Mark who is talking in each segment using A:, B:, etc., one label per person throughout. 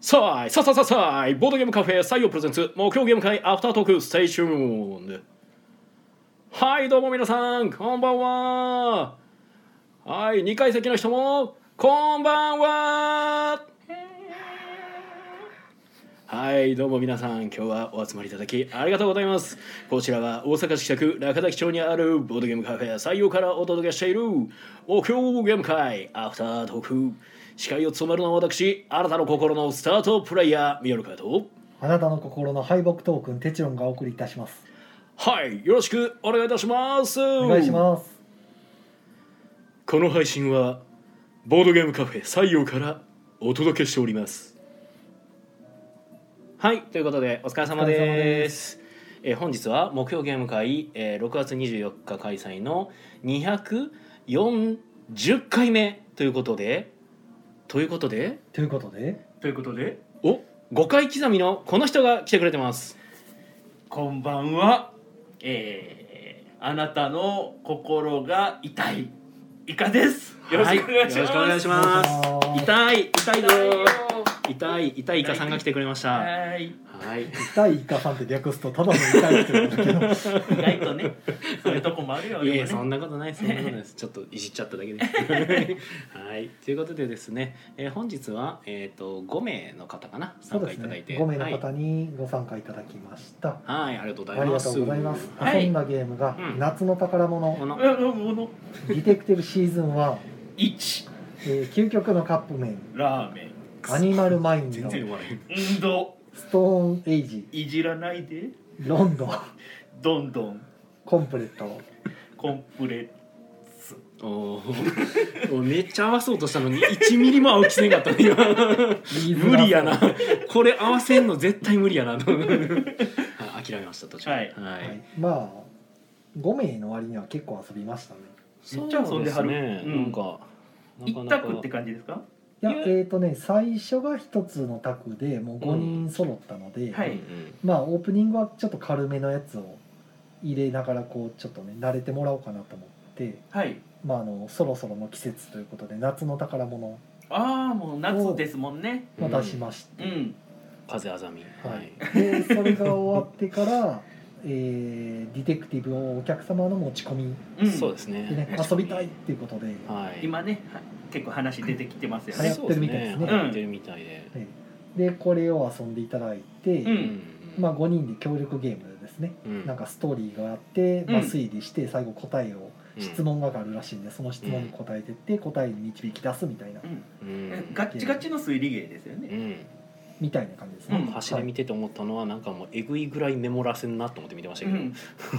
A: さあ、さあさあさあさあ、ボードゲームカフェ採用プレゼンツ、目標ゲーム会アフタートーク、ステーション。はい、どうも皆さん、こんばんは。はい、2階席の人も、こんばんは。はい、どうも皆さん、今日はお集まりいただきありがとうございます。こちらは大阪市北区中崎町にあるボードゲームカフェ採用からお届けしている、お経ゲーム会アフタートーク。司会を務めるのは私、あなたの心のスタートプレイヤー、ミヨルカと。
B: あなたの心の敗北トークンテチロンがお送りいたします。
A: はい、よろしくお願いいたします。
B: お願いします。
A: この配信は、ボードゲームカフェ採用からお届けしております。はい、ということで、お疲れ様
B: お疲れ様
A: で。
B: です
A: えー本日は目標ゲーム会、えー6月24日開催の240回目ということで、ということで、
B: ということで、
C: ということで
A: お5回刻みのこの人が来てくれてます。
C: こんばんは、えー、あなたの心が痛いイカですよろしくお願いし
A: はよろ
C: ます、
A: しくお願いし
B: お
A: ま
B: 願い
A: す。
B: し
A: 痛い、痛いぞ
C: 痛いよ
A: ー。痛い、痛いイカさんが来てくれました。は
C: はい
A: い。
B: 痛いイカさんって略すとただの痛いってことだけど、
C: 意外とねそういうとこもあるよ
A: いやいや
C: で
A: そ
C: も
A: ん
C: ね
A: なことないですそんなことないですちょっといじっちゃっただけですはいということでですね、えー本日はえっ、と5名の方かな
B: そ
A: 参
B: う
A: 加い
B: です
A: ただい
B: ね
A: て。
B: 5名の
A: はい、
B: 方にご参加いただきました。
A: はいありがとうご
B: あ
A: ざい
B: り
A: ま
B: が
A: す
B: とうございます。
C: はい
B: 遊んだゲームが
A: うん
B: 夏の宝
A: こ
B: 物、
A: の
C: うんうんもの
B: ディテクティブシーズン1、
C: 一
B: えー究極のカップ麺、
C: ラーメン
B: アニマルマイン
A: 全
B: ド、
A: 然読まない
C: 運動
B: ストーンエイジ、
C: いじらないで
B: ロンドン、
C: どんどん
B: コンプレット、
C: コンプレ
A: おー おめっちゃ合わそうとしたのに1ミリも合う気せんかったね今無理やなこれ合わせんの絶対無理やなとあ諦めました途中
C: はい
A: は
B: はい、まあ5名の割には結構遊びましたね
A: そう
C: めっちゃ遊んではる
A: ですね
C: うん
A: なんか
C: 一択って感じですか
B: いや
C: いや
B: えっ、とね最初が1つの卓でもう5人揃ったので、
C: はい
A: うん
B: まあオープニングはちょっと軽めのやつを入れながらこうちょっとね慣れてもらおうかなと思って、
C: はい
B: まあ、あのそろそろの季節ということで夏の宝物
C: ああもう夏ですもんね
B: を出しまし
C: う
B: て、
C: ん
A: 風あざみ
B: はい、でそれが終わってから、えーディテクティブをお客様の持ち込み
C: うん
A: そうですね
B: でね遊びたいっていうことで、
A: はい、
C: 今ねは結構話出てきてますよ
B: 流
C: ね
B: 行ってるみたいですね
A: そう流行ってるみたいで、
B: ええでこれを遊んでいただいて、
C: うん
B: まあ、5人で協力ゲームですね
A: うん
B: なんかストーリーがあって、まあ、
C: うん
B: 推理して最後答えを
A: うん
B: 質問があるらしいんでその質問に答えてって答えに導き出すみたいな
C: うん
A: うん
C: ガッチガチの推理芸ですよ
A: う
C: ね。
A: ん、
B: みたいな感じです
C: う
B: ね
C: ん
A: 走り見てて思ったのはなんかもうえぐいぐらいメモらせんなと思って見てましたけど、
C: うん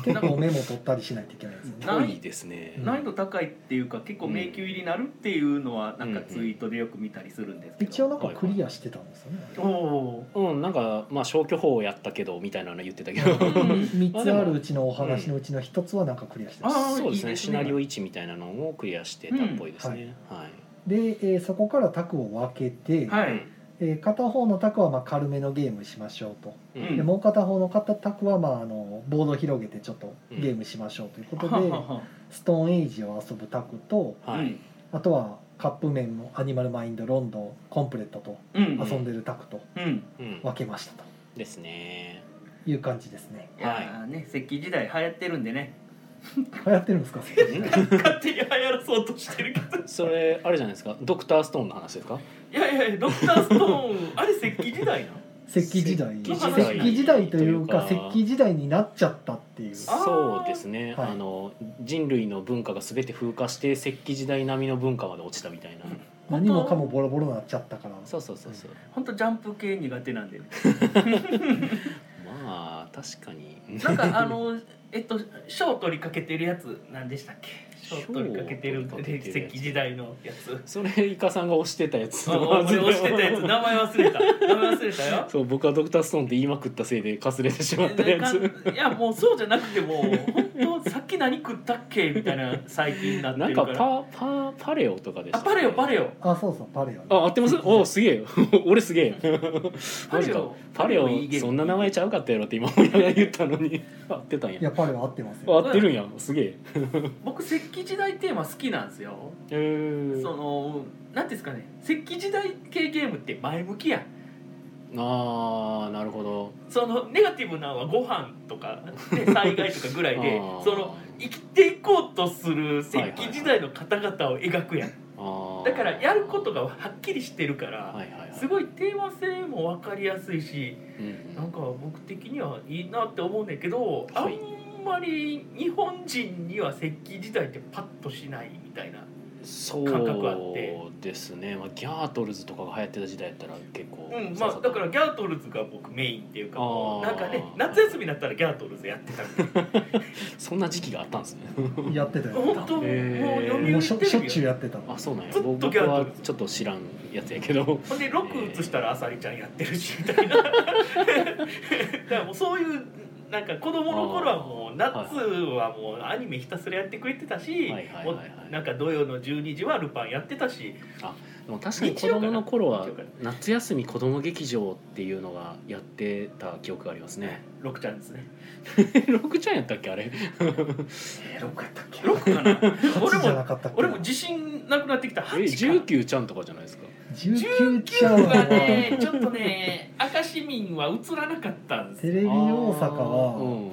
B: 結構メモ取ったりしないといけないですよね
C: な
A: 多いですね、
B: うん
C: 難易度高いっていうか結構迷宮入りになるっていうのはなんかツイートでよく見たりするんですけど。
B: 一応なんかクリアしてたんですよね
C: おお
A: うんなんかまあ消去法をやったけどみたいなの言ってたけど、
C: うん
B: 3つあるうちのお話のうちの1つはなんかクリアしてま
C: あ
B: す
C: ー
A: そうですね
C: いいです
A: シ
C: ね
A: ナリオ1みたいなのをクリアしてたっぽいですね、はい、
B: で、えーそこから卓を分けて、
C: ー。はい。
B: えー片方の卓はまあ軽めのゲームしましょうと
A: う
C: うん
B: で
A: ん
B: もう片方の片卓はまああのボードを広げてちょっとゲームしましょうということで、
C: ははは
B: ストーンエイジを遊ぶタクと
A: はい、
C: うん
B: あとはカップ麺のアニマルマインドロンドンコンプレットと
C: うん
B: 遊んでるタクと
C: うん。
A: うん
B: 分けましたと
A: ですね
B: いう感じですね
C: いやーね石器時代流行ってるんでね。
B: 流行ってるんですか
C: 勝手に流行らそうとしてるけど。
A: それあれじゃないですかドクターストーンの話ですか
C: いやいやいやドクターストーンあれ石器時代な。
B: 石器時代
A: 石
C: 器時代
B: 石器時代というか
A: と
B: 石
A: いうか
B: 器時代になっちゃったっていう
C: あ
A: そうですね、
B: はい
A: あの人類の文化が全て風化して石器時代並みの文化まで落ちたみたいな、
C: うん
B: 何もかもボロボロになっちゃったから
A: そうそうそうそう
C: 本当ジャンプ系苦手なんで。
A: まあ確かに
C: なんかあのえっと賞取りかけてるやつなんでしたっけ賞取りかけてる
A: 賞を取りかけてる
C: 石
A: やつ
C: 器時代のやつ
A: それイカさんが押してたやつ
C: あ俺押してた やつ名前忘れた名前忘れたよ
A: そう僕はドクターストーンって言いまくったせいでかすれてしまったやつ
C: いやもうそうじゃなくても本当さっき何食ったっけみたいな最近になって
A: なん
C: るか
A: からパパパレオとかでした
C: あパレオパレオ
B: あそうそうパレオね
A: あ合 ってますおすげえ 俺すげえ
C: パ
A: マジ
C: レ
A: か
C: オ
A: パレオそんな名前ちゃうかったやろって今親が言ったのに合ってたん
B: い
A: や
B: やパレオ合ってます
A: 合
B: よ
A: ってるんやすげえ
C: 僕石器時代テーマ好きなんですよ
A: えー
C: そのなんていうんですかね石器時代系ゲームって前向きや
A: ああなるほど
C: そのネガティブなのはご飯とか、 ね、災害とかぐらいで
A: あー
C: その生きていこうとする石器時代の方々を描くやん、
A: あー
C: だからやることがはっきりしてるから、
A: はいはいはい
C: すごいテーマ性も分かりやすいし
A: うん
C: なんか僕的にはいいなって思うねんだけど、
A: はい
C: あんまり日本人には石器時代ってパッとしないみたいな、
A: そ
C: 感覚あって
A: うですね、まあ、ギャートルズとかが流行ってた時代やったら結構
C: うんまあ、だからギャートルズが僕メインっていうかもう
A: あ
C: な
A: ー
C: んかね夏休みになったらギャートルズやってたみたいな
A: そんな時期があったんですね
B: やってたよ
C: 本当もう
A: へー
C: 読
B: もう
C: 売
B: し
C: テ
B: ょし
C: レ
B: ょっ
C: ビ
B: ちゅう
C: や
B: やってた
A: あそうなんや
C: ずっと
A: 僕
C: ギャート
A: は
C: ルズ
A: ちょっと知らんやつやけ ど
C: ほんで6移したらあさりちゃんやって るしみたいな だからもうそういうなんか子供の頃はもう夏はもうアニメひたすらやってくれてたし、
A: はいはいはいはい
C: もうなんか土曜の12時はルパンやってたし
A: でも確かに子供の頃は
C: 日曜かな
A: 夏休み子供劇場っていうのがやってた記憶があります ね
C: 6ちゃんですね
A: ロクちゃんやったっけあれ
B: えー6やったっけ
C: 6かな俺
B: 8じゃな
C: も
B: かったっけ
C: 俺も自信なくなってきた
A: え
C: 8か
A: 19ちゃんとかじゃないですか
B: 19ちゃう
C: 19
B: わ
C: はねちょっとね明石民は映らなかったんです
B: テ
C: よ
B: レビ大阪は、
A: あーうん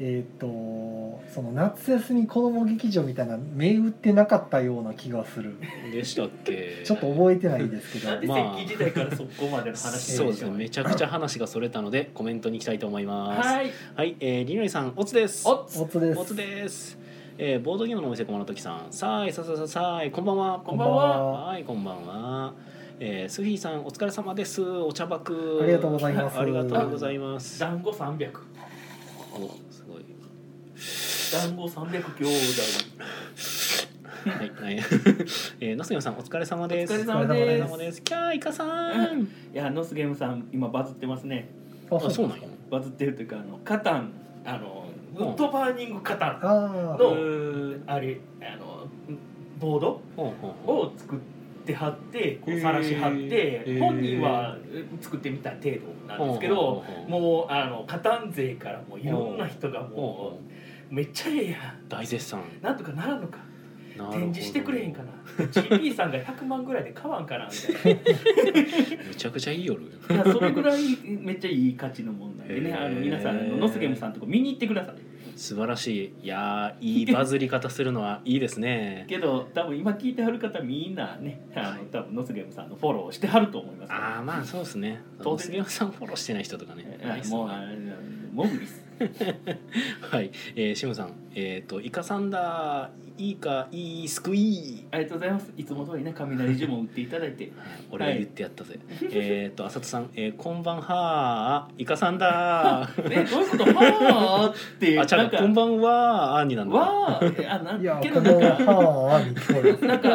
B: えっ、とその夏休み子供劇場みたいな銘打ってなかったような気がする
A: でしたっけ
B: ちょっと覚えてないですけ ど
C: なんで
A: まあ
C: 石器時代からそこまでの話
A: そうですねめちゃくちゃ話がそれたのでコメントに行きたいと思いますはい、
C: はい
A: えー、りのりさんおつです
C: おっつ
B: おつです
A: おつです、えー、ボードゲームのお店こまのときさんさあいさあさあさあさあいこんばんは
C: こんばんは
A: はいこんばんは、えー、スフィーさんお疲れ様ですお茶爆
B: ありがとうございます
A: ありがとうございます
C: 団子300
A: おすごい
C: 団子300兄弟
A: はい、はい、えー、のすげさんお疲れ様です
C: お疲れ
B: 様です
A: お疲れ様ですキャーイカさん
C: いやノスゲームさん今バズってますね
B: あ
A: あそうなんや
C: バズってるというかあのカタンあの
A: ん
C: ウッドバーニングカタン
B: あ
C: ど
B: ー
C: う
A: う
C: あれあのボード
A: ほうほうほう
C: を作って貼ってこう晒し貼って
A: へー
C: 本人は作ってみた程度なんですけど
A: ほうほうほう
C: もうあのカタン勢からもういろんな人がも
A: ほう
C: うめっちゃええや
A: 大絶賛
C: んなんとかならんのか
A: なるほど
C: 展示してくれへんかな GP さんが100万ぐらいで買わんかなみたいな。
A: めちゃくちゃいい夜
C: いやそれぐらいめっちゃいい価値の問題で
A: へ
C: ね
A: ー
C: あの皆さんあのノスゲムさんとこ見に行ってください
A: 素晴らしいいやーいいバズり方するのはいいですね
C: けど多分今聞いてはる方みんなねあの多分ノスゲムさんのフォローしてはると思います
A: ああまあそうですね
C: 当
A: 当
C: 然
A: 然さんフォローしてない人とかね
C: えあもうあのモグリス
A: はいえー、シムさんえっ、とイカさんだいいかいいすくい
C: ありがとうございますいつも通りね雷呪文打っていただいて
A: 俺が言ってやったぜ、えっとあさとさん、えー、こんばんはーイカさんだー
C: ねどういうことはあって
A: あちゃ
C: なん
A: う
C: か
A: かこんばんはーあになんだ
C: わああない
B: や
C: け
B: こ
C: ど
B: の
C: なんか
B: 「はあ」に聞こえる
C: なんか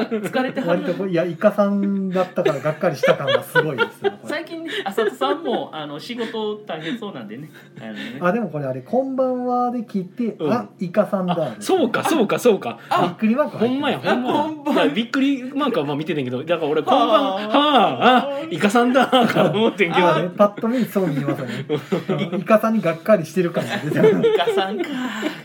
C: 疲れては
B: 割と
C: る
B: これいやイカさんだったからがっかりした感がすごいですよこれ
C: 最近ね浅田さんもあの仕事大変そうなんでねあのね
B: あでもこれあれ「こんばんは」で聞いて「
A: うん
B: あイカさんだ
A: あ」そうかそうかそうか
B: びっくりマーク
A: ほ
B: 入ってる
A: んまやほんまや
C: あこんばんはい
A: やびっくりマークはまあ見ててんけどだから俺こんばんは
C: はあ
A: ああイカさんだーかと思ってんけ
B: 今日は
A: ど
B: ねパッと見そう見えますよ ねあのイカさんにがっかりしてる感が出てる
C: イカさんか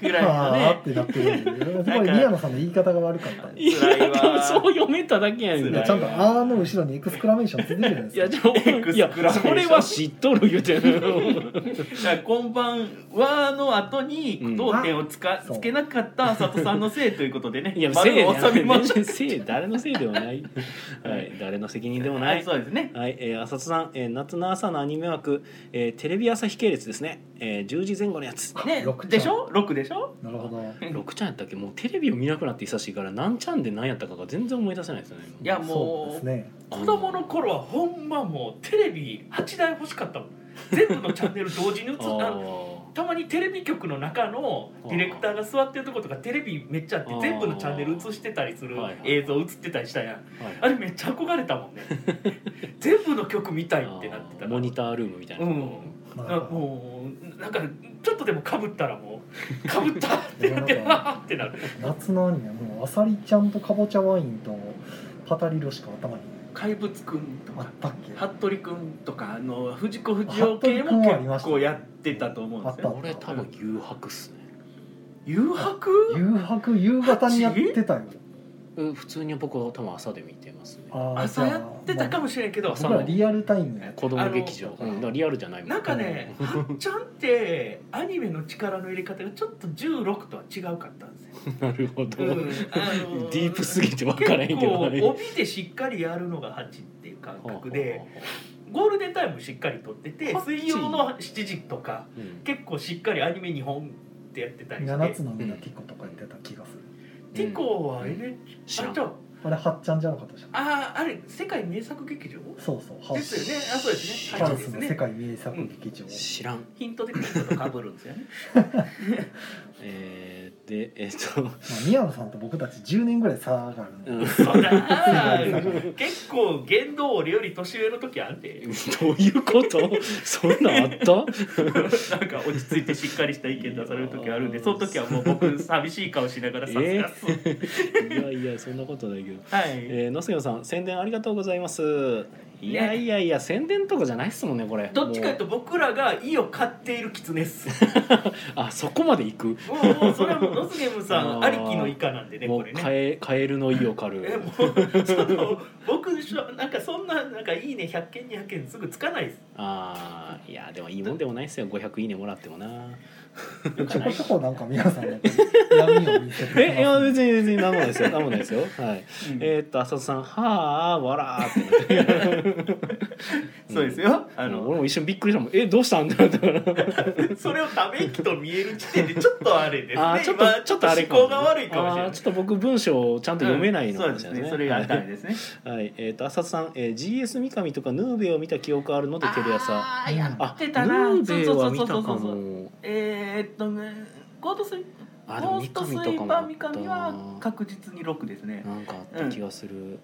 C: ぐらいの
B: あー
C: ね
B: ってなってるんですごい宮野さんの言い方が悪かったね
A: いや
C: 辛いわ
A: 多分そう読めただけやねん
B: い
A: な
B: やちゃんと「あ」の後ろにエクスクラメーションついてるじゃ
A: いや
B: ないです
A: じ
B: か
A: ゃあいや
C: エクスクラメーション
A: それは知っとる言うてる
C: じゃあこんばんはの後に
A: うん
C: 同点をつか、
B: そう
C: つけなかったあさとさんのせいということでね
A: いやせ
C: 丸
A: いで
C: を収めました
A: 全然せい誰のせいでは ないはい誰の責任でもな
C: はい
A: い
C: そうですね
A: はい、えー、浅田さん、えー夏の朝のアニメ枠、えーテレビ朝日系列ですね、えー10時前後のやつ
C: ね
B: 六ちゃん
C: でしょ六でしょ
B: なるほど
A: 6ちゃんやったっけもうテレビを見なくなって久しいから何ちゃんで何やったかが全然思い出せないですよね
C: いや
B: そう
C: も
B: で
C: う
B: すね
C: 子供の頃はほんまもうテレビ8台欲しかったもん全部のチャンネル同時に映っ
A: あ
C: たの
A: ー
C: たまにテレビ局の中のディレクターが座ってるとことかテレビめっちゃあって
A: あー
C: 全部のチャンネル映してたりする
A: はいはい
C: 映像映ってたりしたや
A: は
C: ん
A: い
C: あれめっちゃ憧れたもんね 全部の曲見たいってなってたから
A: モニタールームみたいな、
C: うん
B: ま
C: あ
B: あ
C: もうなんかちょっとでもかぶったらもうかぶったってなって
B: 世の中
C: あーってなる
B: 夏のアニメはもうあさりちゃんとかぼちゃワインとパタリロしか頭に
C: 怪物くんと
B: あっ
C: か
B: たっけ
C: 服部くんとかあの藤子不二雄系も結構やってたと思うんです
B: あ
C: よ
B: っ
A: 俺多分誘白っすね
C: 誘白
B: 誘白夕方にやってたよ
A: うん普通に僕は多分朝で見てますね
B: あー
C: 朝やってたかもしれんけど
A: 朝
B: 僕らリアルタイムや
A: 子供劇場、うん、だからリアルじゃないもん
C: なんかね、はっちゃんってアニメの力の入れ方がちょっと16とは違うかったんですよ。
A: なるほど、
C: うんあのー
A: ディープすぎて分からへんけど
C: 結構帯でしっかりやるのが8っていう感覚で、ゴールデンタイムしっかりとってて
A: はっち
C: 水曜の7時とか
A: うん
C: 結構しっかりアニメ2本ってやってたりして
B: 7つのみんなティコとか言ってた気がする、
C: ティコは NHK
A: 知ら
C: あ
A: ん
C: じゃ
B: あれはっちゃんじゃなかったじゃん
C: あああれ世界名作劇場
B: そうそうハウ
C: ですよねあそうですね
B: ハウ
C: で
B: ス
C: す
B: の世界名作劇場、
A: 知らん
C: ヒントでちょっとかぶるんですよ ね
A: えー、でえっと
B: まあ、宮野さんと僕たち10年ぐらい差があるの、
A: うん ど
C: そらー結構言動俺より年上の時あ んで
A: ういうことそんなんあった
C: なんか落ち着いてしっかりした意見出される時あるんでその時はもう僕寂しい顔しながらさすがっす、
A: いやいやそんなことないけど
C: はい
A: えー、のすけさん宣伝ありがとうございますいやいやいや宣伝とかじゃないっすもんねこれ
C: どっちかいう
A: も
C: と僕らが意を買っている狐っす
A: うあそこまで行く
C: もうもうそれはもうノスゲムさ
A: あ
C: ん
A: ー
C: ありきの以下なんでね
A: も
C: こ
A: う
C: れね
A: カエカエルの意を狩
C: え
A: る
C: もう その僕しょなんかそんななんかいいね100件200件すぐつかないです
A: あーいやでもいいもんでもないっすよ500いいねもらってもな
B: ちょこちょこなんか皆さんの闇を見せてきますね
A: えいや別に別に何もないですよ何もないですよはい えーっと浅田さん「はあわら」ってなって
C: そうですよあ
A: あの
C: の
A: 俺も一瞬びっくりしたもん「えどうしたん?」 ってなったから
C: それをため息と見える時点でちょっとあれですね
A: あーちょっと
C: 今
A: ちょっとあれ
C: 思考が悪いかもしれ
A: あ
C: な
A: ー
C: い
A: ちょっと僕文章をちゃんと読めないのか
C: うん
A: もし
C: そ
A: れ
C: う
A: ない
C: ですね
A: ですね
C: それがダメですね
A: はい、えっ、と、浅田さん、えー、GS 三上とかヌーベを見た記憶あるので、テレ朝。
C: あーやってたな
A: ヌーベは見たか
C: そうそうそうそうそう
A: も。
C: えーっとねゴールドスイ
A: あ、でも
C: ゴー
A: 三
C: ルドスイ
A: 上とか
C: ー
A: も
C: パ
A: あ
C: ー
A: っ
C: 三
A: た
C: 上
A: な。
C: は確実に6ですね
A: なんかあった気がする。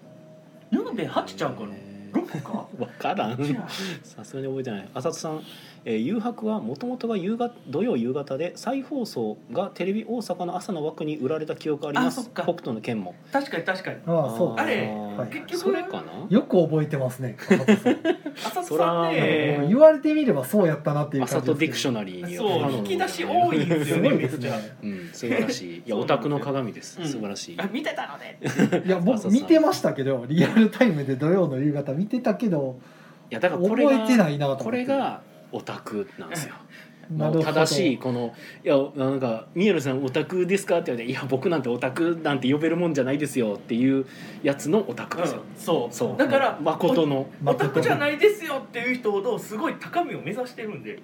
C: ヌーベ8ちゃうかな
A: えー
C: 6か
A: わからん。 さすがに覚えてない。浅田さん、えー、誘白はもともとが夕方、土曜夕方で、再放送がテレビ大阪の朝の枠に売られた記憶ありま
C: あ
A: す。
C: そっか
A: 北斗の剣も。
C: 確かに確かに
B: ああそう
A: ー
C: あれ
B: はい
C: 結局
A: それかな。
B: よく覚えてま すね加藤さん
C: 浅
A: そ
C: 草
A: ら
C: さん
A: え
B: もう
C: ね
B: 言われてみればそうやったなっていう
A: あさ
B: 感じ
A: とディ
B: で
A: ク
B: す
A: シ
B: け
A: ョ
B: ど
A: ナリーには
C: そう引き出し多いんですよ
B: す
C: ね
B: ごい
C: め
B: です
C: っちゃ
B: ね
A: うん、素晴らしい。いや、
C: そ
A: オ
C: うなんですよ
A: タクの鏡です。
C: うん
A: 素晴らしい。
C: あ見てたので
B: いや
A: 浅
B: 僕
A: 田さん
B: 見てましたけどリアルタイムで土曜の夕方見てたけど
A: いや、だから、こ
B: 覚
A: れ
B: えて
A: が、
B: ないなと思って
A: これがオタクなんですよ。
B: な
A: も
B: る
A: う
B: ほど
A: 正しい、この、いや、なんか、宮野さん、オタクですかって言われて、いや、僕なんてオタクなんて呼べるもんじゃないですよっていう。やつのオタクですよ。
C: そう
A: そう。
C: だから
A: 誠の。
C: オタクじゃないいですよっていう人ほどすごい高みを目指してるんで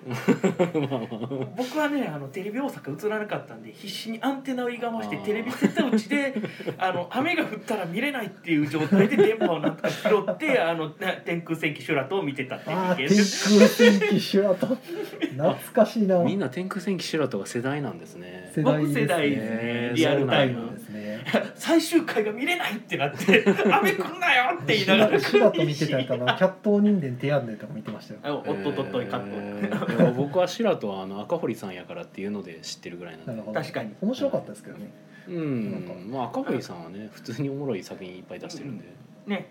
C: 僕はねあのテレビ大阪映らなかったんで必死にアンテナをいがまして
A: あー
C: テレビ絶対うちで あの雨が降ったら見れないっていう状態で電波をなんとか拾ってあのな天空戦記シュラトを見てたって
B: ああ
C: いう
B: 天
C: 経験
B: 空
C: です
B: 戦記シュラト懐かしいな
A: みんな天空戦記シュラトが世代なんですね。
B: 世
C: 僕世代です
A: ね
C: ねリアルタイ
A: そうなん
C: ム
B: で すね
C: 最終回が見れないってなって「雨来んなよ!」って言いながら
B: シュラト見てたからなキャット人間手やんねんとか見てましたよ
C: あおっとっとっといかっ
A: え
C: と
A: ーいや僕はシュラトは、あの、赤堀さんやからっていうので、知ってるぐらいなん
B: なる
A: で。
B: ほど
C: 確かに
B: 面白かったですけどね
A: うん、まあ、赤堀さんはね、普通におもろい作品いっぱい出してるんで。
C: ね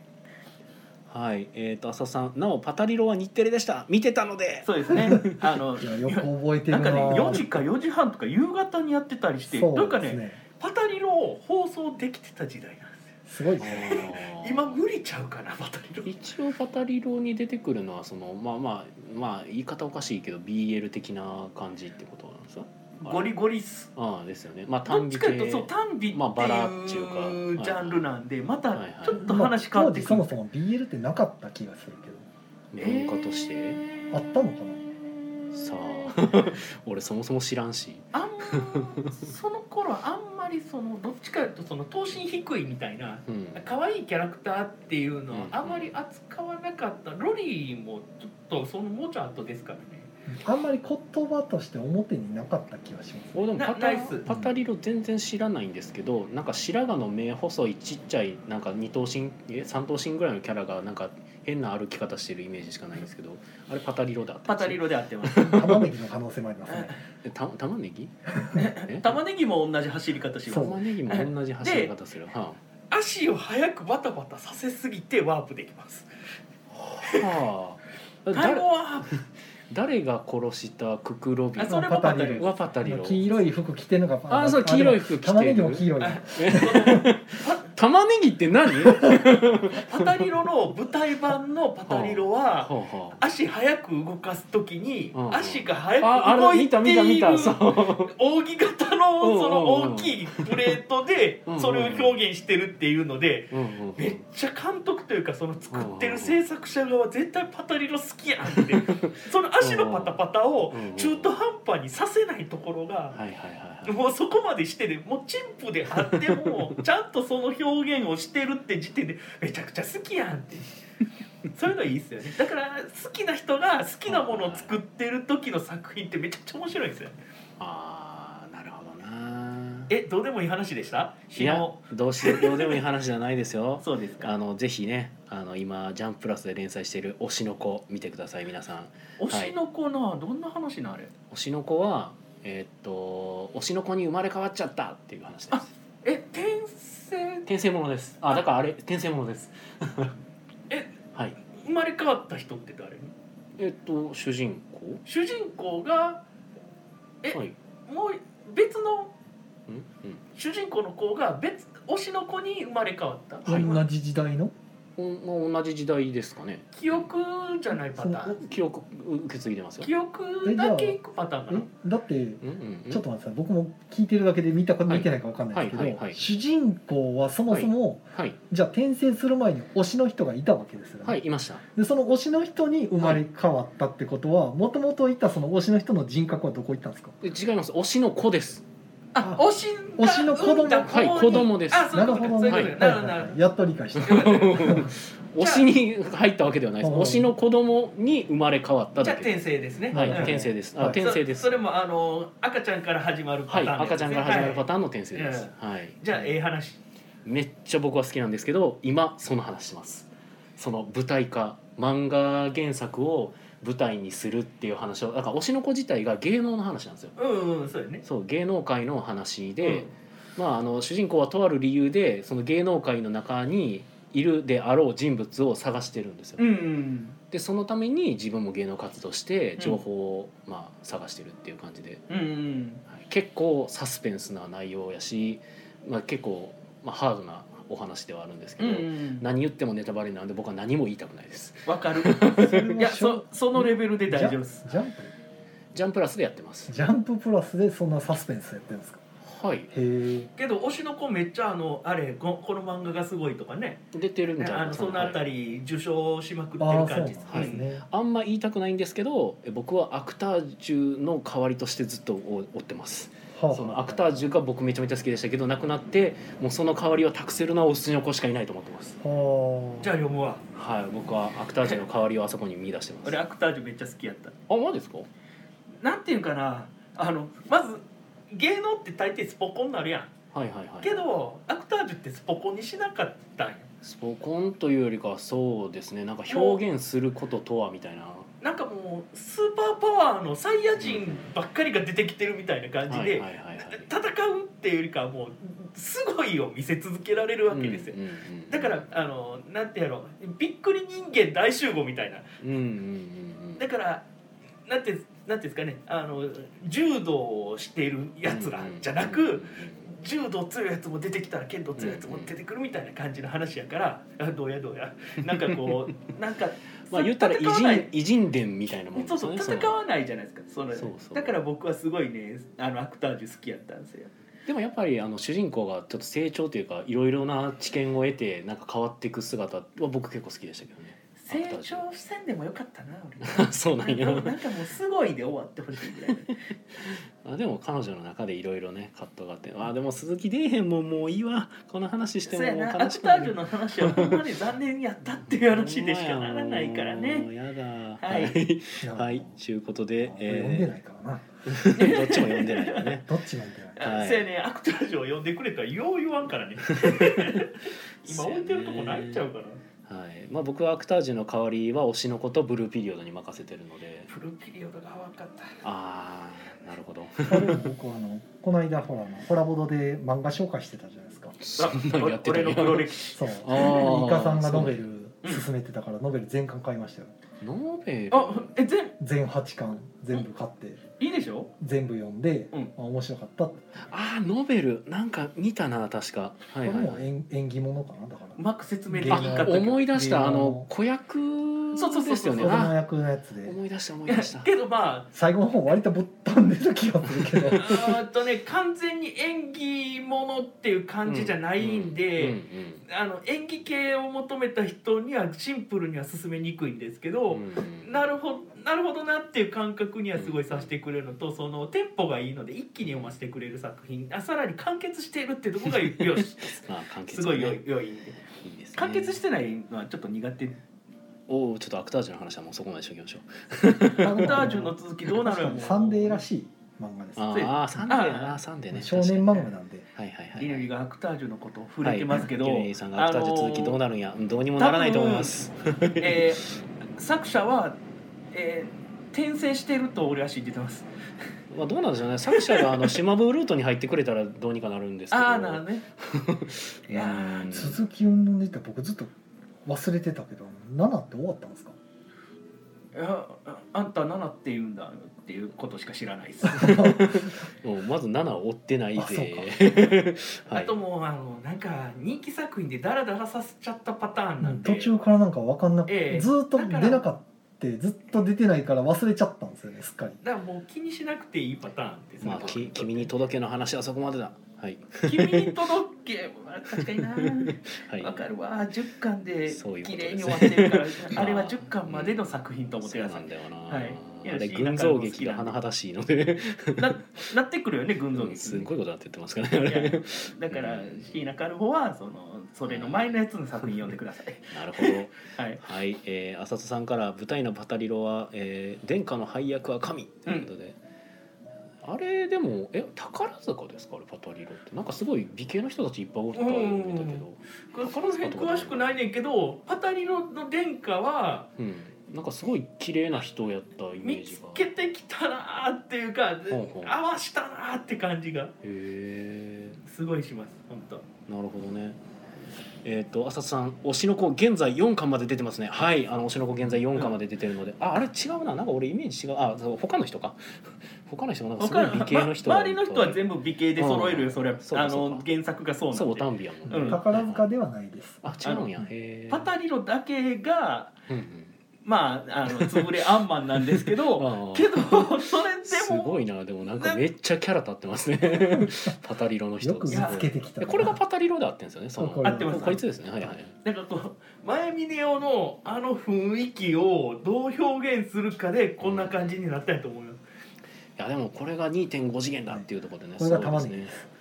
A: はい、えっ、と、浅田さん、なお、パタリロは日テレでした。見てたので。
C: そうです ねあの
B: いやよく覚えて
C: な
B: る
C: ん
B: な
C: かね4時か4時半とか夕方にやってたりしてという
B: そ
C: か
B: うです
C: ね
B: ね
C: パタリロを放送できてた時代なんですよ
B: すごい
A: あ
B: ね
A: ー
C: 今無理ちゃうかなパタリロ
A: 一応パタリロに出てくるのはそのまあまあまあ言い方おかしいけど BL 的な感じってことなんですか
C: ゴリゴリス
A: ああですよねまあ
C: どっ
A: 短
C: ち
A: 美
C: か
A: 系
C: というとそう短美っていう,、
A: まあバラっていうかはい
C: ジャンルなんでま
A: はい
C: た
A: はい
C: ちょっと話変わって
B: まあ当時
C: く
B: そ
C: る
B: もそも BL ってなかった気がするけど
A: 文化として、
C: えー
B: あったのかな
A: さあ俺そもそも知らんし
C: あんその頃はあんまりそのどっちかというとその等身低いみたいな
A: うん
C: 可愛いキャラクターっていうの
A: うんう
C: は
A: ん
C: あまり扱わなかったロリーもちょっとそのもうちょい後ですからね
B: あんまり言葉として表になかった気がします
A: 俺でもパ
C: ナ
A: タ
C: ナイス
A: パタリロ全然知らないんですけどなんか白髪の目細いちっちゃいなんか二頭身え三頭身ぐらいのキャラがなんか変な歩き方してるイメージしかないんですけどあれパタリロだったんです
C: パタリロで合ってます
B: 玉ねぎの可能性もありますね
A: えた玉ね ぎえ
C: 玉ねぎも同じ走り方します
A: 玉ねぎも同じ走り方するは
C: 足を速くバタバタさせすぎてワープできます
A: あ、はあ、
C: タイ
A: 誰
C: ムワープ
A: 誰が殺したククロビ
C: あ
A: ン
C: それもパタリロ
A: はパタリロ
B: 黄色い服着てるのが
A: あそう黄色い服着てる
B: 玉ねぎも黄色い
C: あ
B: な
C: そのパ
A: 玉ねぎって 何は
C: パタリロの舞台版のパタリロ
A: あ
C: は
A: は
C: 足早く動かす時に
A: うんうん
C: 足が
A: あ
C: 早く
A: あ
C: 動
A: れ
C: い
A: 見た
C: て
A: 見た
C: い
A: 見
C: る
A: た そう
C: 扇形の
A: うんうんうん
C: その大きいプレートで
A: うんうん
C: それを表現してるっていうので
A: うんうん
C: めっちゃ監督というかその作ってる制作者側絶対パタリロ好きやんって その足のパタパタを中途半端にさせないところが
A: はいはいはいはい
C: もうそこまでしてでもうチンプであっても ちゃんとその表現をしてるって時点でめちゃくちゃ好きやんってそういうのいいっすよねだから好きな人が好きなものを作ってる時の作品ってめちゃくちゃ面白いんですよ
A: ああなるほどな
C: えどうでもいい話でした
A: い
C: 日
A: や
C: の
A: どうしようどうでもいい話じゃないですよ
C: そうです
A: あ
C: か
A: のぜひねあの今ジャンププラスで連載している「推しの子」見てください皆さん
C: 推しの子な、どんな話なあれ
A: 推しの子はえーっと推しの子に生まれ変わっちゃったっていう話で
C: あ
A: す
C: え転生
A: 転生ものですあだからあれ転生ものです
C: え
A: はい
C: 生まれ変わった人って誰
A: えーっと主人公
C: 主人公がえ
A: はいん
C: もう別の
A: うん
C: 主人公の子が別推しの子に生まれ変わった、
A: はい
B: 同じ時代の
A: おまあ、同じ時代ですかね
C: 記憶じゃないパターン
A: 記憶受け継いでますよ
C: 記憶だけいくパターンかな
B: えだって
A: うんうんうん
B: ちょっと待ってください僕も聞いてるだけで見たか
A: はい
B: 見てないかわかんないですけど、
A: はいはいはい
B: 主人公はそもそも、
A: はい
B: じゃあ転生する前に推しの人がいたわけですよね、
A: はいいました
B: でその推しの人に生まれ変わったってことはもともといたその推しの人の人格はどこ行ったんですか
A: え違います推しの子 です
C: あ推しが
B: 推しの子供
C: 産んだに
A: はい子供です
C: あそういうことかそういう
B: は
C: こ
B: い
C: と
B: はい
C: かなるほどなるほ
B: はいやっと理解した
A: 推しに入ったわけではないです
B: うん
A: 推しの子供に生まれ変わっ
C: ど
A: た
C: じゃ
A: だ
C: あ
A: け
C: 転
A: です
C: 生ですね
A: はい
C: うん
A: 転生ですあ
B: はい
A: 転生です
C: そそれもあの赤ちゃんから始まるパター
A: はい、
C: ンのやつ
A: 赤ちゃんから始まるパ
C: はい
A: ターンの転生です。はい、
C: じゃあええ話
A: めっちゃ僕は好きなんですけど、今その話します。その舞台化、漫画原作を舞台にするっていう話を、だから推しの子自体が芸能の話なんですよ。
C: うんうんそうやね
A: そう、芸能界の話で、まあ、あの主人公はとある理由で、その芸能界の中に。いるであろう人物を探してるんですよ
C: う。んうん
A: で、そのために自分も芸能活動して、
C: ん
A: 情報を、まあ、探してるっていう感じで。
C: うんうん
A: 結構サスペンスな内容やし、まあ、結構、まあ、ハードなお話ではあるんですけ
C: う
A: ど、
C: んうん
A: 何言ってもネタバレなんで僕は何も言いたくないです
C: わ かる
B: それはい
C: やそそのレベルで大丈夫です
B: ジャンプ
A: ジャンプラスでやってます
B: ジャンププラスでそんなサスペンスやってるんですか
A: はい
B: へえ
C: けど推しの子めっちゃあのあれここの漫画がすごいとかね
A: 出てるんじ
C: ね
A: ゃな
C: あ
A: いで
C: の
A: すか
C: そ
A: ね、
C: のあ
A: は
C: た
A: い
C: り受賞しまくって
B: あ
C: る
B: あそうな
C: 感
B: ん
C: じ
B: で
C: ですす
B: ね、
A: あんま言いたくないんですけどえ僕はアクタージュの代わりとしてずっと追追ってます
B: はあ
A: そのアクタージュが僕めちゃめちゃ好きでしたけど亡くなってもうその代わりはタクセルなおすの子しかいないと思ってます
B: はあ
C: じゃあ読むわ
A: はい僕はアクタージュの代わりをあそこに見出してます
C: 俺アクタージュめっちゃ好きやった
A: あマジですか
C: なんていうんかなあのまず芸能って大抵スポコンになるやん
A: はいはいはい
C: けどアクタージュってスポコンにしなかったんよ
A: スポコンというよりかはそうですねなんか表現することとはみたいな
C: なんかもうスーパーパワーのサイヤ人ばっかりが出てきてるみたいな感じ
A: はい
C: で
A: はいはいはい
C: 戦うっていうよりかはもうすごいを見せ続けられるわけですよ
A: うんうんうん
C: だからあのなんてやろうびっくり人間大集合みたいな
A: うんうんうんうん
C: だからなんてなんていうんですかねあの柔道をしているやつらじゃなく、
A: うんうんうん
C: 柔道強いやつも出てきたら剣道強いやつも出てくるみたいな感じの話やから、あどうやどうやなんかこ うなんか
A: まあ言ったら偉
C: 戦わない
A: 人偉人伝みたいなもん
C: そ
A: で
C: う
A: す
C: そ
A: よ
C: う
A: ね
C: 戦
A: その
C: わないじゃないですかそれ
A: そうそう
C: だから僕はすごいねあのアクタージュ好きやったんですよ
A: でもやっぱりあの主人公がちょっと成長というかいろいろな知見を得てなんか変わっていく姿は僕結構好きでしたけど ね
C: 成
A: アクタージュ
C: 長せんでもよかった な
A: そうなん
C: 俺
A: や
C: なんかなんかもうすごいで終わってほしいぐらい
A: あでも彼女の中でいろいろね葛藤があってあでも鈴木出えへんもんもういいわこの話して
C: そ
A: も
C: う
A: も
C: や
A: う
C: なア
A: 悲
C: ク
A: しく
C: タ
A: な
C: ージ
A: る
C: ュの話はほんまに残念やったっていう話でしかならないから
A: も
C: ね
A: うやだ。は
C: はい
A: い。
B: いや
A: はい。ということで、
B: 読んで
A: え
B: ないからな
A: ー、どっちも読んでないよね。
B: どっちも読んでない
A: あはい
C: そやねアクタージュを呼んでくれたらよう言わんからね 今置いてるとこないっちゃうから
A: はい。まあ僕はアクタージュの代わりは推しの子とブルーピリオドに任せてるので。
C: プルピリオドが合わんかった
A: ああ、なるほ ど。
B: あでも僕あのこの間ほらあのホラボドで漫画紹介してたじゃないですか
A: そんなんやってたん
C: 俺
A: や
C: の黒歴史
B: そう
A: あー
B: イカさんがノベル
C: う
B: 勧めてたからノベル全巻買いましたよ
A: ノーベル
C: あえ全
B: 全8巻全部買って
C: いいでしょ
B: 全部読んで、
C: うん
B: あ面白かったって
A: あーノーベルなんか見たな確かは
B: こ
A: い
B: れ
A: はい
B: も
A: は
B: う
A: い
B: 縁縁起物かなだから
C: うまく説明できなか
A: あ
C: ったけど
A: 思い出したあ
B: ゲーム
A: の
B: の
A: 子役
C: そうそうそうそう
A: ですよね
B: 子供
A: あ
B: 役のやつで
A: 思い出した思
C: い
A: い
C: や
A: 出した
C: けどまあ
B: 最後の方割とぶったんでた気がするけど
C: うーんとね完全に演技ものっていう感じじゃないんで、
A: うんうん
C: あの演技系を求めた人にはシンプルには進めにくいんですけど、
A: うん
C: なるほどなるほどなっていう感覚にはすごいさせてくれるのと、そのテンポがいいので一気に読ませてくれる作品あさらに完結しているっていうところが よし
A: まあ完結
C: すごい
A: ね
C: 良い良いんで
A: いいですね
C: 完結してないのはちょっと苦手
A: おおちょっとアクタージュの話はもうそこまでしときましょう
C: アウタージュの続きどうなるの
B: サンデーらしい漫画です
A: あ
C: つい
A: ーあーサンデー
C: あ
A: な
C: ー
A: サンデーね
B: 少年漫画なんで
A: 画はいはいはい
C: リネビがアクタージュのことを触れてますけど、
A: はい、ゲレイさんがアフタージュ続きどうなるんや、うんどうにもならないと思います。
C: えー作者は、えー転生してると俺は信じてます
A: まあどうなんでしょうね。作者があの島ブルートに入ってくれたらどうにかなるんですけど。
C: ああなるほど ねいやー
A: うん
B: 続きうんぬんでって僕ずっと忘れてたけど7って終わったんですか
C: いやあんた7って言うんだっていうことしか知らないです、
A: うんまず7を追ってない
B: あ
A: ぜ。は
C: あ
A: い
C: と。もうあのなんか人気作品でダラダラさせちゃったパターンなんで
B: 途中からなんか分かんなく
C: ええ
B: てずーっと出なかったずっと出てないから忘れちゃったんですよねすっかり
C: だからもう気にしなくていいパターンですね
A: まあき君に届けの話はそこまでだ。はい
C: 君に届け確かにな
A: はい。
C: わかるわ10巻で
A: そういうこと
C: 綺
A: です
C: 麗に終わってるから
A: まあ
C: あれは10巻までの作品と思ってくだ
A: そうな
C: さ
A: いんだよな。
C: はいいや
A: あれ
C: 椎名
A: 群
C: から
A: 像
C: も好き
A: 劇が
C: なんで
A: 甚だしいので、
C: ななってくるよね群像劇、
A: すごいことなってってますからねあれ
C: いや だから椎名カルボはそのそれの前のやつの作品読んでください
A: なるほど。
C: はい
A: はい、えー、浅田さんから舞台のパタリロは、えー、殿下の配役は神ということで、あれでもえ宝塚ですかあれパタリロってなんかすごい美形の人たちいっぱいおったように見えたけど、
C: この辺詳しくないねんけどパタリロの殿下は
A: うん、なんかすごい綺麗な人やったイメ
C: 見
A: ージ
C: つ
A: が。
C: けてきたなーっていうか
A: ほうほう
C: 合わしたなーって感じが
A: へ
C: すごいします本当
A: ーなるほどね。えっ、と浅田さん推しの子現在四巻まで出てますね。はい、あの推しの子現在四巻まで出てるので、ああれ違うななんか俺イメージ違うあそう他の人か 他の人もなんかすごい美形の人
C: ま
A: が
C: 周りの人は全部美形で揃える
A: う
C: よ
A: ん
C: それは
A: そうか
C: あ
A: そう
C: の
A: か
C: 原作がそうな
A: そ
C: ん
A: う
C: で
A: タンビやもんね、
C: うん
B: 宝塚ではないです
A: あ違うんやへー
C: パタリロだけが
A: うんうん
C: まああの潰れアンマンなんですけど
A: あ
C: け
A: ー
C: どそれ
A: す
C: でも
A: ごいなでもなんかめっちゃキャラ立って ますねパタリロの人
B: よく見つけてきた
A: えこれがパタリロであってんですよねその
B: これ
C: 合ってます
A: こいつですねはいはい
C: なんかこう前峰夫のあの雰囲気をどう表現するかでこんな感じになったんやと思います
A: いやでもこれが2.5次元だっていうところでね
B: これが
A: すごい
B: 玉ねぎ
A: で
B: です
A: ね
B: す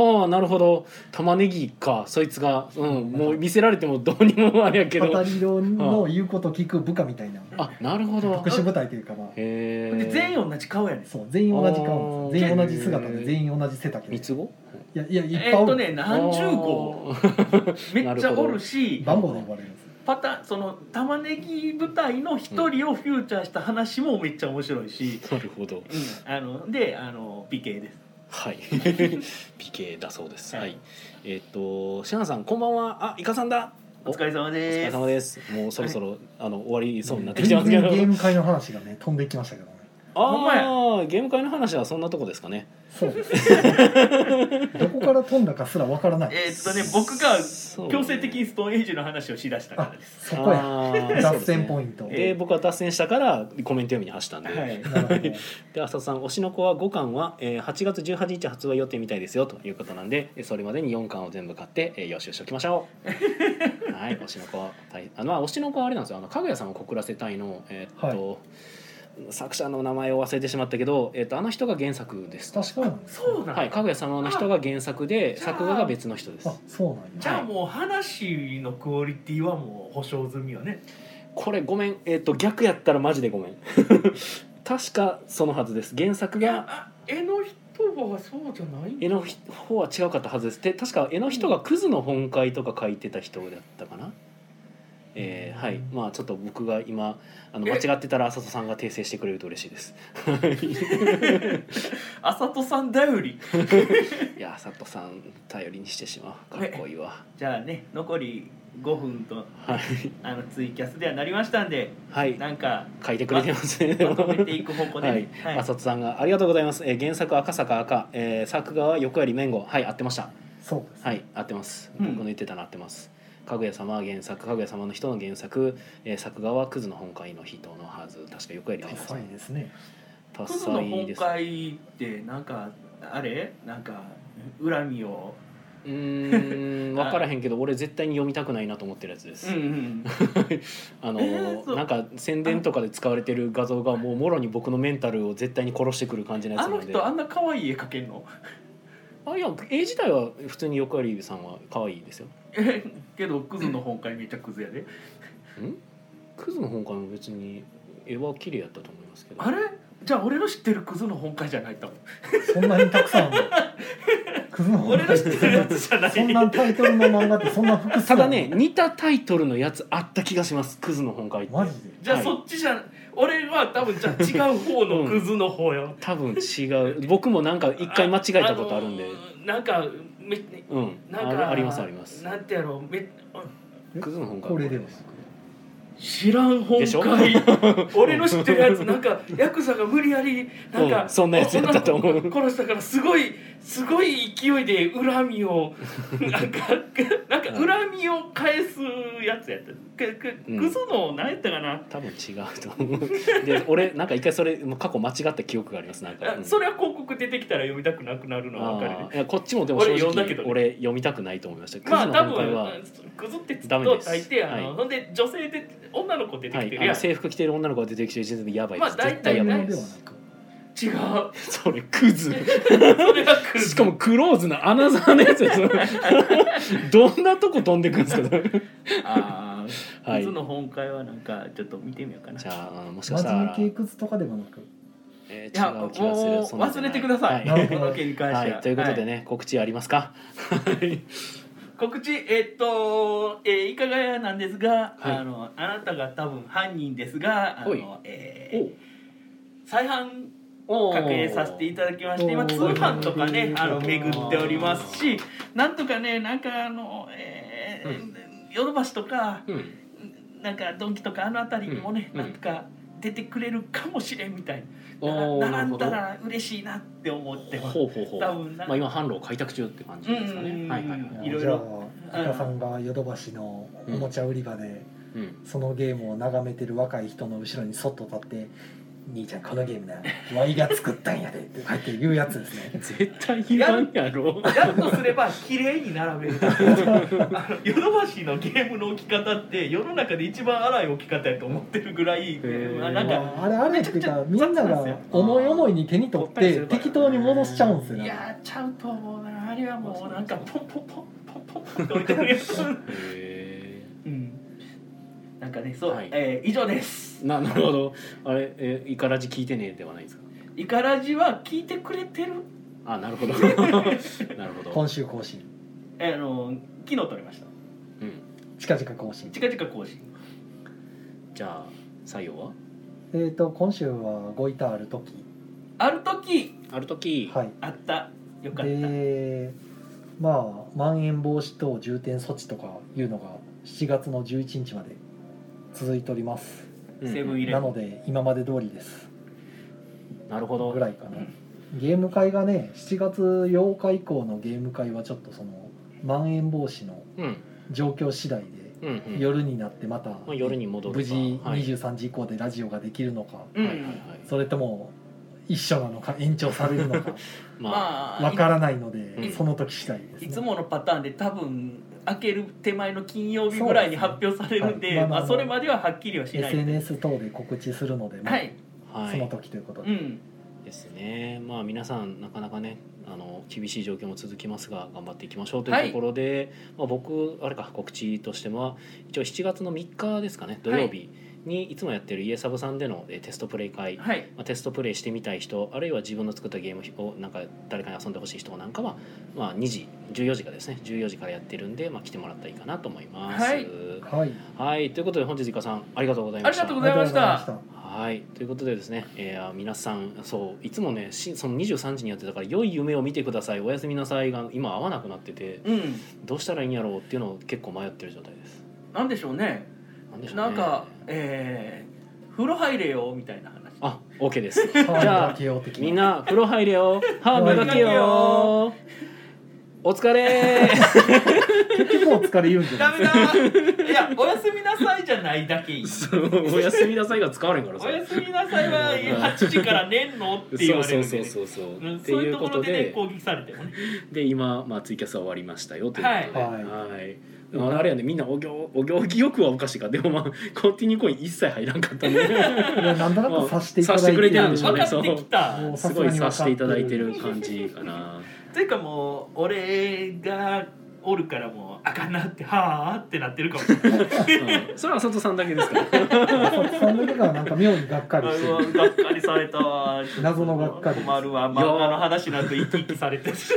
A: はあなるほど玉ねぎかそいつがうんもう見せられてもどうにもあれやけ
B: パ
A: ど
B: タリロの言うこと聞く部下みたいな
A: あなるほど
B: 特殊部隊というかまあ
A: へ
C: で
A: え
C: 全員同じ顔やねん
B: そう全員同じ顔です
A: あー
B: 全員同じ姿で全員同じ背丈で
A: 三
B: い
A: つ子
B: やいやいっぱ
C: え
B: い
C: っ
B: お
C: と
B: る
C: ね何十号
A: あ
C: めっちゃおるし
B: 番号で呼ばれるんですよ
C: パタその玉ねぎ舞台の一人をフューチャーした話もめっちゃ面白いし、
A: ーなるほど
C: うん、あのであの美形です
A: はい、美形だそうです。は
C: はい
A: い、えーっ、と、シャンさん、こんばんは。あ、イカさんだ。
C: お疲れ様
A: お疲
C: で
A: れ
C: す
A: 様です。もうそろそろ、あの終わりそうになってきてま
B: 全
A: すけ
B: 然
A: ど。
B: ゲーム会の話がね飛んできましたけどね
C: ほんまや
A: ああ、ゲーム会の話はそんなとこですかね。
B: そうです。どこから飛んだかすらわからない。
C: えーっとね僕が
A: そう
C: 強制的にストーンエイジの話をしだしたから
B: あ
C: です、
B: そこや。
A: あー
B: 脱線ポイント。
A: そうですね
C: え
A: で僕は脱線したからコメント読みに走ったんで,、
C: はい
B: なるほど
A: で浅田さん「推しの子は5巻は、えー8月18日発売予定みたいですよ」ということなんでえーそれまでに4巻を全部買って、えー予習しておきましょ うはい推しの子は大あの、まあ、推しの子はあれなんですよあのかぐやさんを告らせたいの、えーっと作者の名前を忘れてしまったけど、えーっとあの人が原作です
B: 確かなんです。
C: そうなん、
A: はい、かぐや様の人が原作で
C: あじゃあ
A: 作画が別の人です
B: あ、そうなん
C: じ
B: や。
C: ゃあもう話のクオリティはもう保証済みよね
A: これごめんえーっと逆やったらマジでごめん 確かそのはずです原作
C: い
A: が
C: やあ絵の人はそうじゃないんだ
A: 絵の方は違うかったはずですで確か絵の人がクズの本会とか書いてた人だったかなえーはいまあちょっと僕が今あの間違ってたら浅田さんが訂正してくれると嬉しいです。
C: あさとさん頼り
A: いや佐藤さん頼りにしてしまうかっこいいわ。
C: じゃあね残り5分と
A: はい、
C: あのツイキャスではなりましたんで
A: はい、
C: なんか
A: 書いてくれてますね。
C: まとめていく方向で、
A: はい
C: ね、はい
A: 浅田さんがありがとうございます。えー原作赤坂赤、えー作画は横より面後はい合ってました。
B: そうです、
A: はい合ってます。
C: うん
A: 僕の言ってたの合ってます。かぐや様は原作、かぐや様の人の原作、えー作画はクズの本会の人のはず、確か横より
B: ダ
A: 面
B: サ
A: 後
B: いですね
A: 多
C: クズの
A: 彩
C: 本
A: です。
C: 会ってなんかあれなんか恨みを
A: うー ん分からへんけど俺絶対に読みたくないなと思ってるやつです、
C: ん
A: あの、
C: えーそう
A: なんか宣伝とかで使われてる画像がもうもろに僕のメンタルを絶対に殺してくる感じのや
C: あ
A: つな
C: の
A: んで
C: 人あんな可愛い絵描けんの
A: あいや絵自体は普通に横有さんは可愛いですよ
C: えけどクズの本会めっちゃクズやで
A: んクズの本館も別に絵は綺麗やったと思いますけど
C: あれじゃあ俺の知ってるクズの本会じゃ ないと思
B: そんなにたくさんあるのクズの
C: う俺の知ってるやつじゃない
B: そんなタイトルの漫画ってそんな複数
A: た
B: ある
A: だ
B: の
A: ね似たタイトルのやつあった気がしますクズの本館って
B: マジで
C: じゃあ
A: はい
C: そっちじゃ、俺は多分じゃあ違う方のクズの方よ
A: 多分違う僕もなんか一回間違えたことあるんで、
C: のーなんかめ
A: うん
C: なん
A: ある
C: か
A: ありますあります
C: なんてやろうめ
A: クズの本館
B: これでは
C: 知らん本
A: でしょ
C: 会俺の知ってるやつなんかヤクザが無理やりなんか、
A: うんそんなやつやったと思う
C: 女の子を殺したからすごいすごい勢いで恨みをなんかなんか恨みを返すやつやったくく
A: うん
C: クソの何やったかな、
A: 多分違うと思うで俺なんか一回それもう過去間違った記憶がありますなんか、
C: あ
A: うん
C: それは広告出てきたら読みたくなくなるのは分かる
A: あ
C: ね
A: ーいやこっちもでも正
C: 俺
A: 直
C: 読んだ
A: 俺
C: けどね
A: 読みたくないと思いました
C: まあ
A: クズ
C: 多
A: の本会は
C: 分クズってつく
A: ダメ
C: と
A: です
C: 大抵あの、
A: はい
C: ほんで女性で女の子出て
A: は
C: きて
A: い、
C: る
A: あ
C: や
A: の
C: ん、
A: 制服着てる女の子が出てきてる時点でやばいです、
C: まあ大
A: 絶対
C: 体
B: 作
A: や
B: る
A: ばい
C: ね
B: ものではなく
C: 違う
A: それクズ
C: それはクズ
A: しかもクローズのアナザーのやつです どんなとこ飛んでくんですか
C: ああ、
A: はい
C: クズの本会はなんかちょっと見てみようかな
A: じゃああもしか
B: マ
A: したら、
B: ジの軽屈とかではなく
A: え
C: いや
A: ー、違
C: も
A: う
C: う
A: 気がするそんなんじゃ
C: 忘
A: な
C: れてください、
A: は
B: ないるほ
C: こ
B: ど
C: の件に関しては、
A: はいということで
C: は
A: ね、告知ありますか
C: 告知えっと、えー、いかがやなんですが、
A: はい
C: あのあなたが多分犯人ですがあ
A: おい
C: の、えー、再販
A: お
C: 確認させていただきまして
B: おー
C: 今通販とかね
B: おー
C: あの巡っておりますしなんとかねなんかあのえーヨドバシとか
A: うん
C: なんかドンキとかあの辺りにもね、
A: うん
C: なんとか出てくれるかもしれんみたいな
A: お
C: な
A: ーなる
C: 並ん
A: ほど
C: だら嬉しいなって思ってます
A: ほうほうほう
C: 多分な
A: まあ今販路を開拓中って感じですか
C: うんうんう
A: ね
C: ん
A: はいはいはい
C: いろいろ
B: じゃあイカさんがヨドバシのおもちゃ売り場で、
A: うん
B: そのゲームを眺めてる若い人の後ろにそっと立って「兄ちゃんこのゲームなワイが作ったんやで」って入って言うやつですね
A: 絶対言わんやろ
C: やっとすれば綺麗に並べる あのヨドバシのゲームの置き方って世の中で一番荒い置き方やと思ってるぐらい、
A: ー
C: まあなんか
B: まあ、あれあれっていうかみんなが思い思いに手に取っ
A: 取ってたりす
B: 適
A: るからね
B: 当に戻しちゃうんですよ
C: い
B: ね
C: やーちゃうと思うなあれはもうなんかポンポンポンポンポンポンって置いてくるやつ、
A: へ
C: うん、なんかねそう、
A: はい
C: えー以上です
A: ーななるほどあれえイカラジ聞いてねではないですか
C: イカラジは聞いてくれてる
A: あなる ほどなるほど
B: 今週更新
C: あの昨日撮りました
A: うん
B: 近々更新
C: 近々更新
A: じゃあ採用は
B: えっ、と今週はごいたある時
C: ある時
A: ある時
B: はい
C: あったよかった、
B: でまあまん延防止等重点措置とかいうのが7月の11日まで続いております
A: うん
C: セブンイレ
B: なので今まで通りです
A: なるほど
B: ぐらいかなゲーム会がね7月8日以降のゲーム会はちょっとそのまん延防止の
A: うん
B: 状況次第
A: うんうん
B: で夜になってまた
A: まあ夜に戻るか
B: 無事
A: はい
B: 23時以降でラジオができるのか
C: うん、
A: はいはいはい
B: それとも一緒なのか延長されるのか
A: まあ
C: まあ
B: わからないの
A: うん
B: でその時次第ですね
C: いつものパターンで多分開ける手前の金曜日ぐらいに発表される
B: そ
C: んで
B: うですねはい
C: ま
B: まあまあ
C: あ、それまでははっきりはしない
B: SNS 等で告知するので、まあ
C: はい
A: は
B: その
A: い
B: 時ということ
C: う
B: で、
C: ん
A: ですねまあ皆さんなかなかねあの厳しい状況も続きますが頑張っていきましょうというところで、まあ、僕あれか告知としては一応7月の3日ですかね土曜日にいつもやってる家サブさんでのえーテストプレイ会、ま
C: はい
A: あ、テストプレイしてみたい人あるいは自分の作ったゲームをなんか誰かに遊んでほしい人なんかは、まあ、2時14時からですね14時からやってるんで、まあ、来てもらったらいいかなと思います。
C: はい
B: はい
A: はいということで本日いかさんありがとうござい
C: あ
A: ま
C: り
A: した。
C: がとうございました
B: ありがとうございま
A: はいということでですね、えー皆さんそういつもねしその23時にやってたから「良い夢を見てくださいおやすみなさい」が今合わなくなってて
C: うん
A: どうしたらいいんやろうっていうのを結構迷ってる状態です。
C: なんでしょうね
A: なんでしょうね
C: なんかえー、風呂入れよみたいな話
A: あ OK です。
B: した
A: じゃあ
B: 歯磨けよう的
A: みんな風呂入れよ歯磨けよお疲 れ
B: 結局お疲れ言うんじゃな
C: ダ
B: い
C: メだいやおやすみなさいじゃないだけいい
A: おやすみなさいが使われんから
C: おやすみなさいは8時から寝んのって言
A: そ
C: わ
A: う
C: れ
A: そう
C: るんで
A: そうそ
C: ね
A: うそうう。
C: ん
A: って
C: そうい
A: いうう
C: と
A: こ
C: ことろでね
A: で
C: 攻撃されてもね
A: で今、まあ、ツイキャスは終わりましたよということで、
B: はい
A: はいまああれやねみんなお行お行儀よくはおかしいかでもまあコンティニューコイン一切入らんかったね
B: いやなんとなく察していただ
A: 察
B: い
A: してくれてるんで
B: で
A: し
B: し
A: ょ
B: ょ
A: う
C: 分
A: ね
C: かってきた
B: もう
A: す
B: さす
A: ご
B: が
A: い
B: に分か
A: 察し
B: ってる
A: ていただいてる感じか な
C: というかもう俺がおるからもうあかんなってはあってなってるかもしれない
A: うんそれは佐藤さんだけですから
B: そんだけがなんか妙にがっかりして
C: うわ
B: る
C: がっかりされたわ
B: 謎のがっかり
C: 困るわ
A: いや
C: 漫画の話なんと生き生きされてるし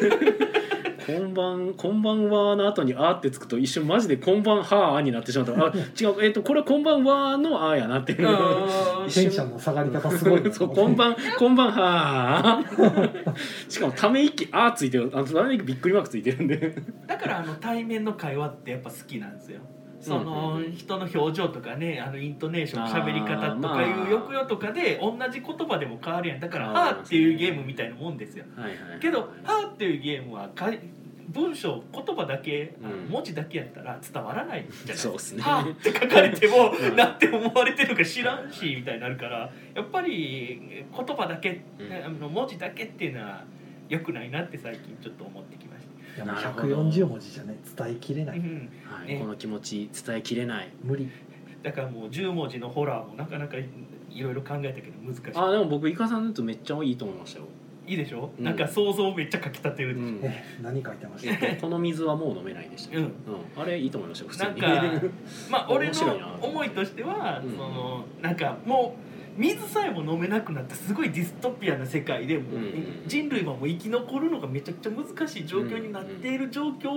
A: こんばんこんばんはの後にあーってつくと一瞬マジでこんばんはーになってしまったあ違うえっ、とこれはこんばんはのあーやなっていうう、
C: ーん
B: テンションの下がり方すごいな
A: そうこんばんこんばんはーしかもため息あーついてるあのため息びっくりマークついてるんで
C: だからあの対面の会話ってやっぱ好きなんですよそ
A: うん
C: の
A: うんうん
C: 人の表情とかねあのイントネーション
A: あー
C: 喋り方とか
A: まあ
C: いう抑揚とかで同じ言葉でも変わるやんだから「
A: あー
C: はあ」っていうゲームみたいなもんですよ
A: はいはい
C: けど「はあ」っていうゲームはかい文章言葉だけ、あの
A: うん
C: 文字だけやったら伝わらないじゃないです
A: そ
C: か
A: うですね。
C: はあって書かれても
A: うん
C: なんて思われてるか知らんしみたいになるからやっぱり言葉だけ、
A: うん
C: あの文字だけっていうのは良くないなって最近ちょっと思ってきました。
B: いやもう140文字じゃね伝えきれな
C: う
B: い
C: ん
A: はい
C: ね
A: この気持ち伝えきれない。
B: 無理
C: だからもう10文字のホラーもなかなかいろいろ考えたけど難し
A: あでも僕イカさんのやつめっちゃいいと思いましたよ。
C: いいいでしょ、
A: うん
C: なんか想像めっちゃかきたてるでしょ、
A: うん
B: え何書いてました
A: えっとこの水はもう飲めないでした。
C: うん
A: うんあれいいと思いましたよ普通に。
C: なんかまあ俺
A: 面白い
C: の
A: な
C: 思いとしては、
A: うん
C: そのなんかもう水さえも飲めなくなったすごいディストピアな世界でもう、
A: うんうん
C: 人類はもう生き残るのがめちゃくちゃ難しい状況になっている状況を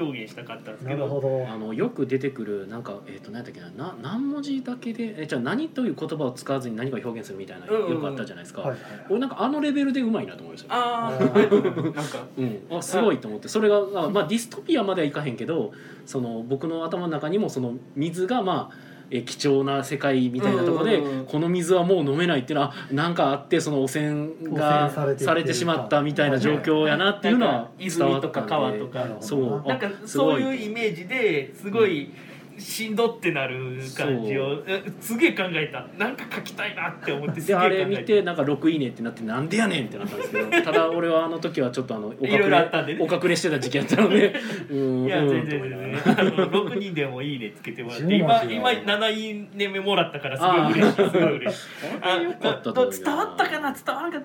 C: 表現したかったんです
B: な
C: け
B: る
C: ど
B: ほど
A: あのよく出てくるなんかえっ、と何だっけなな何文字だけでえじゃあ何という言葉を使わずに何か表現するみたいな、
C: うんうんうん
A: よくあったじゃないですか。
B: はいはい
A: 俺なんかあのレベルでうまいなと思いましたよ。
C: ああ
B: あー
C: なんか
A: うん、あすごいと思ってそれが、あまあ、ディストピアまではいかへんけどその僕の頭の中にもその水がまあえ貴重な世界みたいなところで
C: うん
A: この水はもう飲めないっていうのはあなんかあってその汚染が
B: 汚染されていって
A: されてしまったみたいな状況やなっていうの
C: なん
A: は
C: か
A: 伝わ
C: 泉
A: った
C: と
A: んで
C: か川とか
B: なるほど
A: そう
C: なんか
A: あす
C: そ
A: ご
C: う
A: い
C: いうイメージですごいしんどってなる感じをえすげえ考えたなんか書きたいなって思ってすげ
A: で
C: え考
A: あ
C: えた
A: れ見てなんか6いいねってなってなんでやねんってなったんですけどただ俺はあの時はちょっとあのお隠
C: いろいろあっ
A: れ
C: たんでね
A: お隠れしてた時期やったの でうーん
C: いや
A: うーん
C: 全
A: と
C: 然
A: 思い
C: 全
A: ながら
C: 然あの6人でもいいねつけてもらって
B: 10
C: 今
B: 文字
C: 今
B: は
C: 7年目もらったからすごい嬉しいすごい嬉 しいあ
A: あれよかったと
C: ど
A: 思い
C: 伝わったかな伝わらなかっ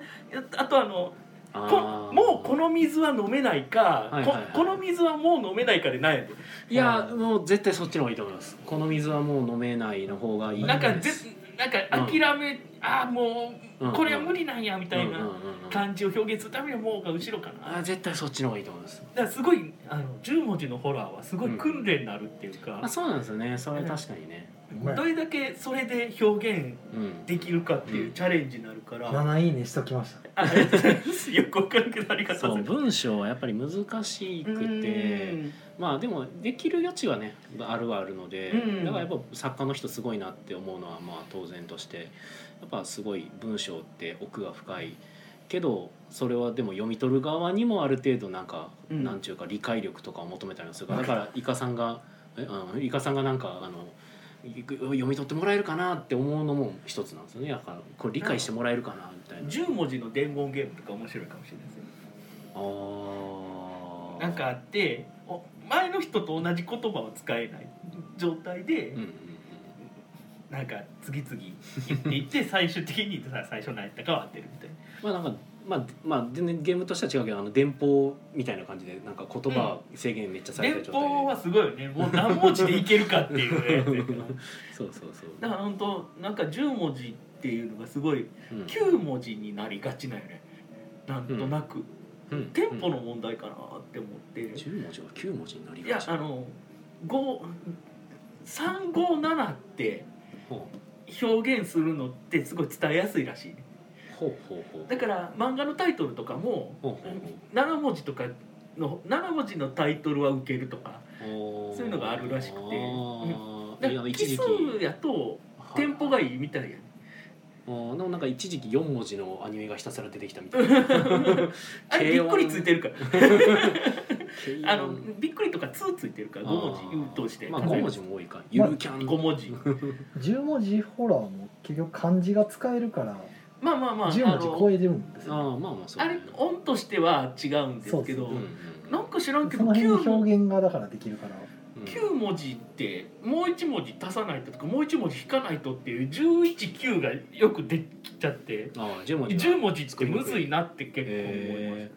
C: たあとあの
A: あ
C: こ
A: ー
C: もうこの水は飲めないか、
A: はいはいはい
C: ここの水はもう飲めないかで悩んで
A: いや
B: はい
A: もう絶対そっちの方がいいと思いますこの水はもう飲めないの方がいい
C: なんか
A: で
C: ぜ
A: す
C: なんか諦め、ああも
A: うん
C: うこれは無理なんやみたい
A: うん
C: な
A: うんうんうん
C: 感じを表現するためにはもうが後ろかな
A: あ絶対そっちの方がいいと思います
C: だからすごいあの10文字のホラーはすごい訓練になるっていうか
A: あ、そうなんですよねそれは確かにね
B: うまい
C: どれだけそれで表現
A: うん
C: できるかっていううんチャレンジになるから、あ
B: 7いいねしときました
C: ありがとうございますよくわかるけどありがとう
A: そ
C: ご
A: う
C: ざいます
A: 文章はやっぱり難し
C: う
A: くて
C: ん
A: まあでもできる余地はねあるはあるので
C: うん
A: だからやっぱ作家の人すごいなって思うのはまあ当然としてやっぱすごい文章って奥が深いけどそれはでも読み取る側にもある程度なんか、
C: うん
A: なんちゅうか理解力とかを求めたりもするからだからイカさんがえあのイカさんがなんかあのい読み取ってもらえるかなって思うのも一つなんですよねだからこれ理解してもらえるかなみたいな。
C: 10文字の伝言ゲームとか面白いかもしれないですよ
A: あー
C: なんかあってお前の人と同じ言葉を使えない状態で、
A: うんうん
C: なんか次々言っていって 最終的にさ最初何やったかは当てるみたいな
A: まあなんかまあ、まあ、全然ゲームとしては違うけどあの電報みたいな感じでなんか言葉制限めっちゃされて
C: 連
A: る状態で、
C: 邦はすごいよねもう何文字でいけるかっていう ね
A: そうそうそう、
C: だから本当なんか10文字っていうのがすごい
A: うん
C: 9文字になりがちなんよねなんとなく、
A: うん
C: テンポの問題かなって思って、
A: うん10文字が9文字になり
C: いや
A: がち
C: あの5357って
A: ほ
C: 表現するのってすごい伝えやすいらしいね
A: うほうほうほう
C: だから漫画のタイトルとかも
A: ほうほうほう
C: 7文字とかの7文字のタイトルは受けるとか
A: おー
C: そういうのがあるらしくて
A: あー
C: だ
A: い
C: か
A: や
C: ら
A: 一
C: 奇
A: 時期
C: 数やとテンポがいいみたいやね
A: あーでもなんか一時期4文字のアニメがひたすら出てきたみたいな
C: あれびっくりついてるから
A: 軽音
C: あのびっくりとか2ついてるから5文字うとして
A: まあ5
C: 数える
A: 文字も多いかゆるキャン
C: 5文字
B: 10文字ホラーも結局漢字が使えるから
C: まあまあまああ
B: 10文字超
C: の
B: えてるんです
A: あ
B: よ
A: あまあまあそう
C: あ
A: だね、
C: れ音としては違うんですけど
B: そうそう
C: なんか知らんけ
B: そ
C: ど
B: の辺の
C: 9文字
B: 表現がだからできるから
C: 9文字ってもう1文字足さないととかもう1文字引かないとっていう119がよくできちゃって
A: ああ10文字は
C: 10文字ってむずいなって結構思いま
A: え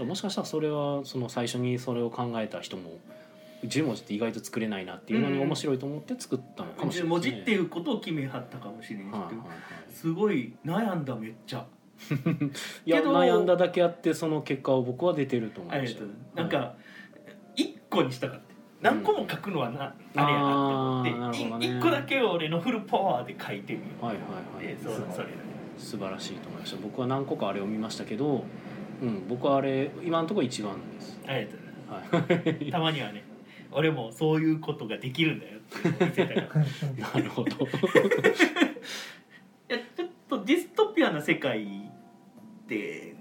A: ーもしかしたらそれはその最初にそれを考えた人も10文字って意外と作れないなっていうのに
C: うん
A: 面白いと思って作ったのかもし
C: す
A: れ
C: 10
A: ない
C: 文
A: です
C: 字
A: ね、
C: っていうことを決めはったかもしれない
A: はいは
C: ですけ
A: い
C: ど
A: はい
C: すごい悩んだめっちゃ
A: いや
C: けど
A: 悩んだだけあってその結果を僕は出てると思
C: あ
A: いま
C: り
A: し
C: が
A: た
C: とうなんか1個にしたかった何個も書くのはな、あれやなって思
A: あーなるほど
C: って、
A: ね
C: 1個だけを俺のフルパワーで書いてみよう、
A: はいはいはい
C: でそう
B: すごい
C: それだね
A: 素晴らしいと思いました僕は何個かあれを見ましたけど、うん、僕はあれ今のところ一番です、
C: ありがとうございます
A: はい、
C: たまにはね俺もそういうことができるんだよっていうのを見せ たから
A: な
C: い
A: るほど
C: やちょっとディストピアな世界って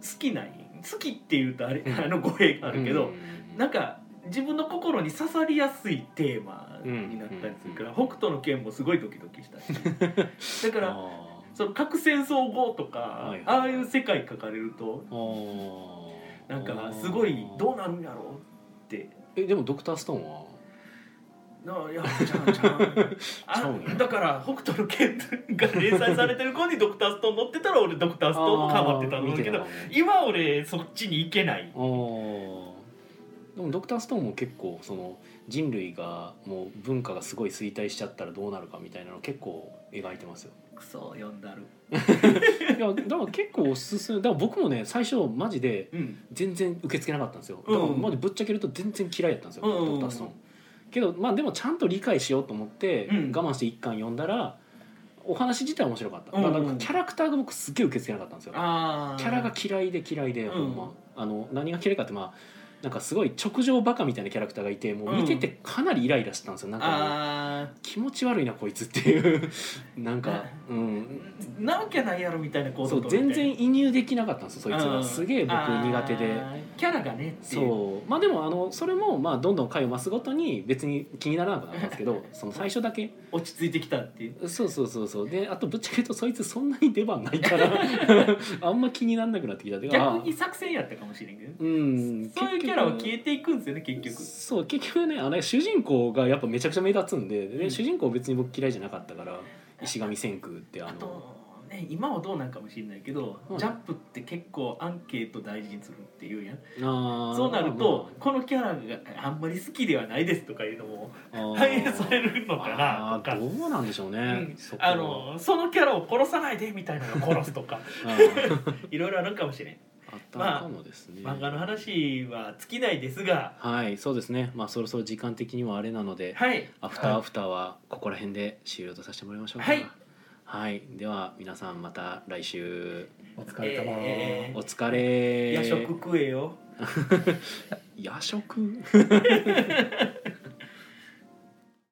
C: 好きない好きっていうとあれあの語弊があるけど、
A: うん
C: なんか自分の心に刺さりやすいテーマになったりするから、
A: うん
C: 北斗の拳もすごいドキドキした しだから
A: あ
C: その核戦争後とか、
A: はいはい
C: ああいう世界書かれると
A: ーあー
C: なんかすごいどうなるんやろうって
A: えでもドクターストーンは
C: ないやちゃうちゃう
A: ちゃう
C: あ
A: ね
C: だから北斗の拳が連載されてる子にドクターストーン乗ってたら俺ドクターストーンもかまってたん
A: あ
C: だけど
A: ー見てたかも
C: 今俺そっちに行けない
A: あーでもドクターストーンも結構その人類がもう文化がすごい衰退しちゃったらどうなるかみたいなの結構描いてますよ
C: クソ読んだる
A: いやだから結構おすすめだから僕もね最初マジで
C: うん
A: 全然受け付けなかったんですよだ
C: うん
A: からマジぶっちゃけると全然嫌いだったんですよ、
C: うんうんうん
A: ドクターストーンけどまあでもちゃんと理解しようと思って我
C: うん
A: 慢して一巻読んだらお話自体は面白かった、
C: うんうん
A: だからキャラクターが僕すっげえ受け付けなかったんですよ
C: あ
A: キャラが嫌いで嫌いで、ほんまあの何が嫌いかってまあなんかすごい直情バカみたいなキャラクターがいてもう見ててかなりイライラしてたんですよなんか
C: あ
A: 気持ち悪いなこいつっていう なんかうん
C: ーなわけないやろみたいな行動
A: そう
C: 取る
A: 全
C: みたいな
A: 然移入できなかったんですよそいつ
C: う
A: が
C: ん
A: すげえ僕苦手で
C: あーキャラがねっていう
A: そうまあでもあのそれもまあどんどん回を増すごとに別に気にならなくなったんですけ どその最初だけ
C: 落ち着いてきたっていう
A: そうそうそうそうであとぶっちゃけ言うとそいつそんなに出番ないから あんま気にならなくなってきたてか
C: 逆に作戦やったかもしれんけどね
A: うん
C: そういうキャラは消
A: え
C: えていくんですよね結局
A: そう結局ねあれ主人公がやっぱめちゃくちゃ目立つんでで
C: うん
A: 主人公別に僕嫌いじゃなかったから石神千空ってあ
C: あ
A: の
C: とね今はどうなんかもしれないけど、
A: うん
C: ジャンプって結構アンケート大事にするっていうやん
A: あー
C: そうなるとこのキャラがあんまり好きではないですとかいうのも
A: まあまあ
C: 反映されるのか
A: あ
C: な
A: ー
C: とか
A: どうなんでしょうね、
C: うん
A: そこは
C: あのそのキャラを殺さないでみたいなのを殺す とか
A: あ ー
C: いろいろあるかもしれん
A: あったのかもですね、
C: 漫画の話は尽きないですが
A: はいそうですねまあそろそろ時間的にもあれなので、
C: はい
A: アフターアフターはここら辺で終了とさせてもらいましょうか
C: はい、
A: はいでは皆さんまた来週
B: お疲れ様、
C: え
A: お疲れ
C: 夜食食えよ
A: 夜食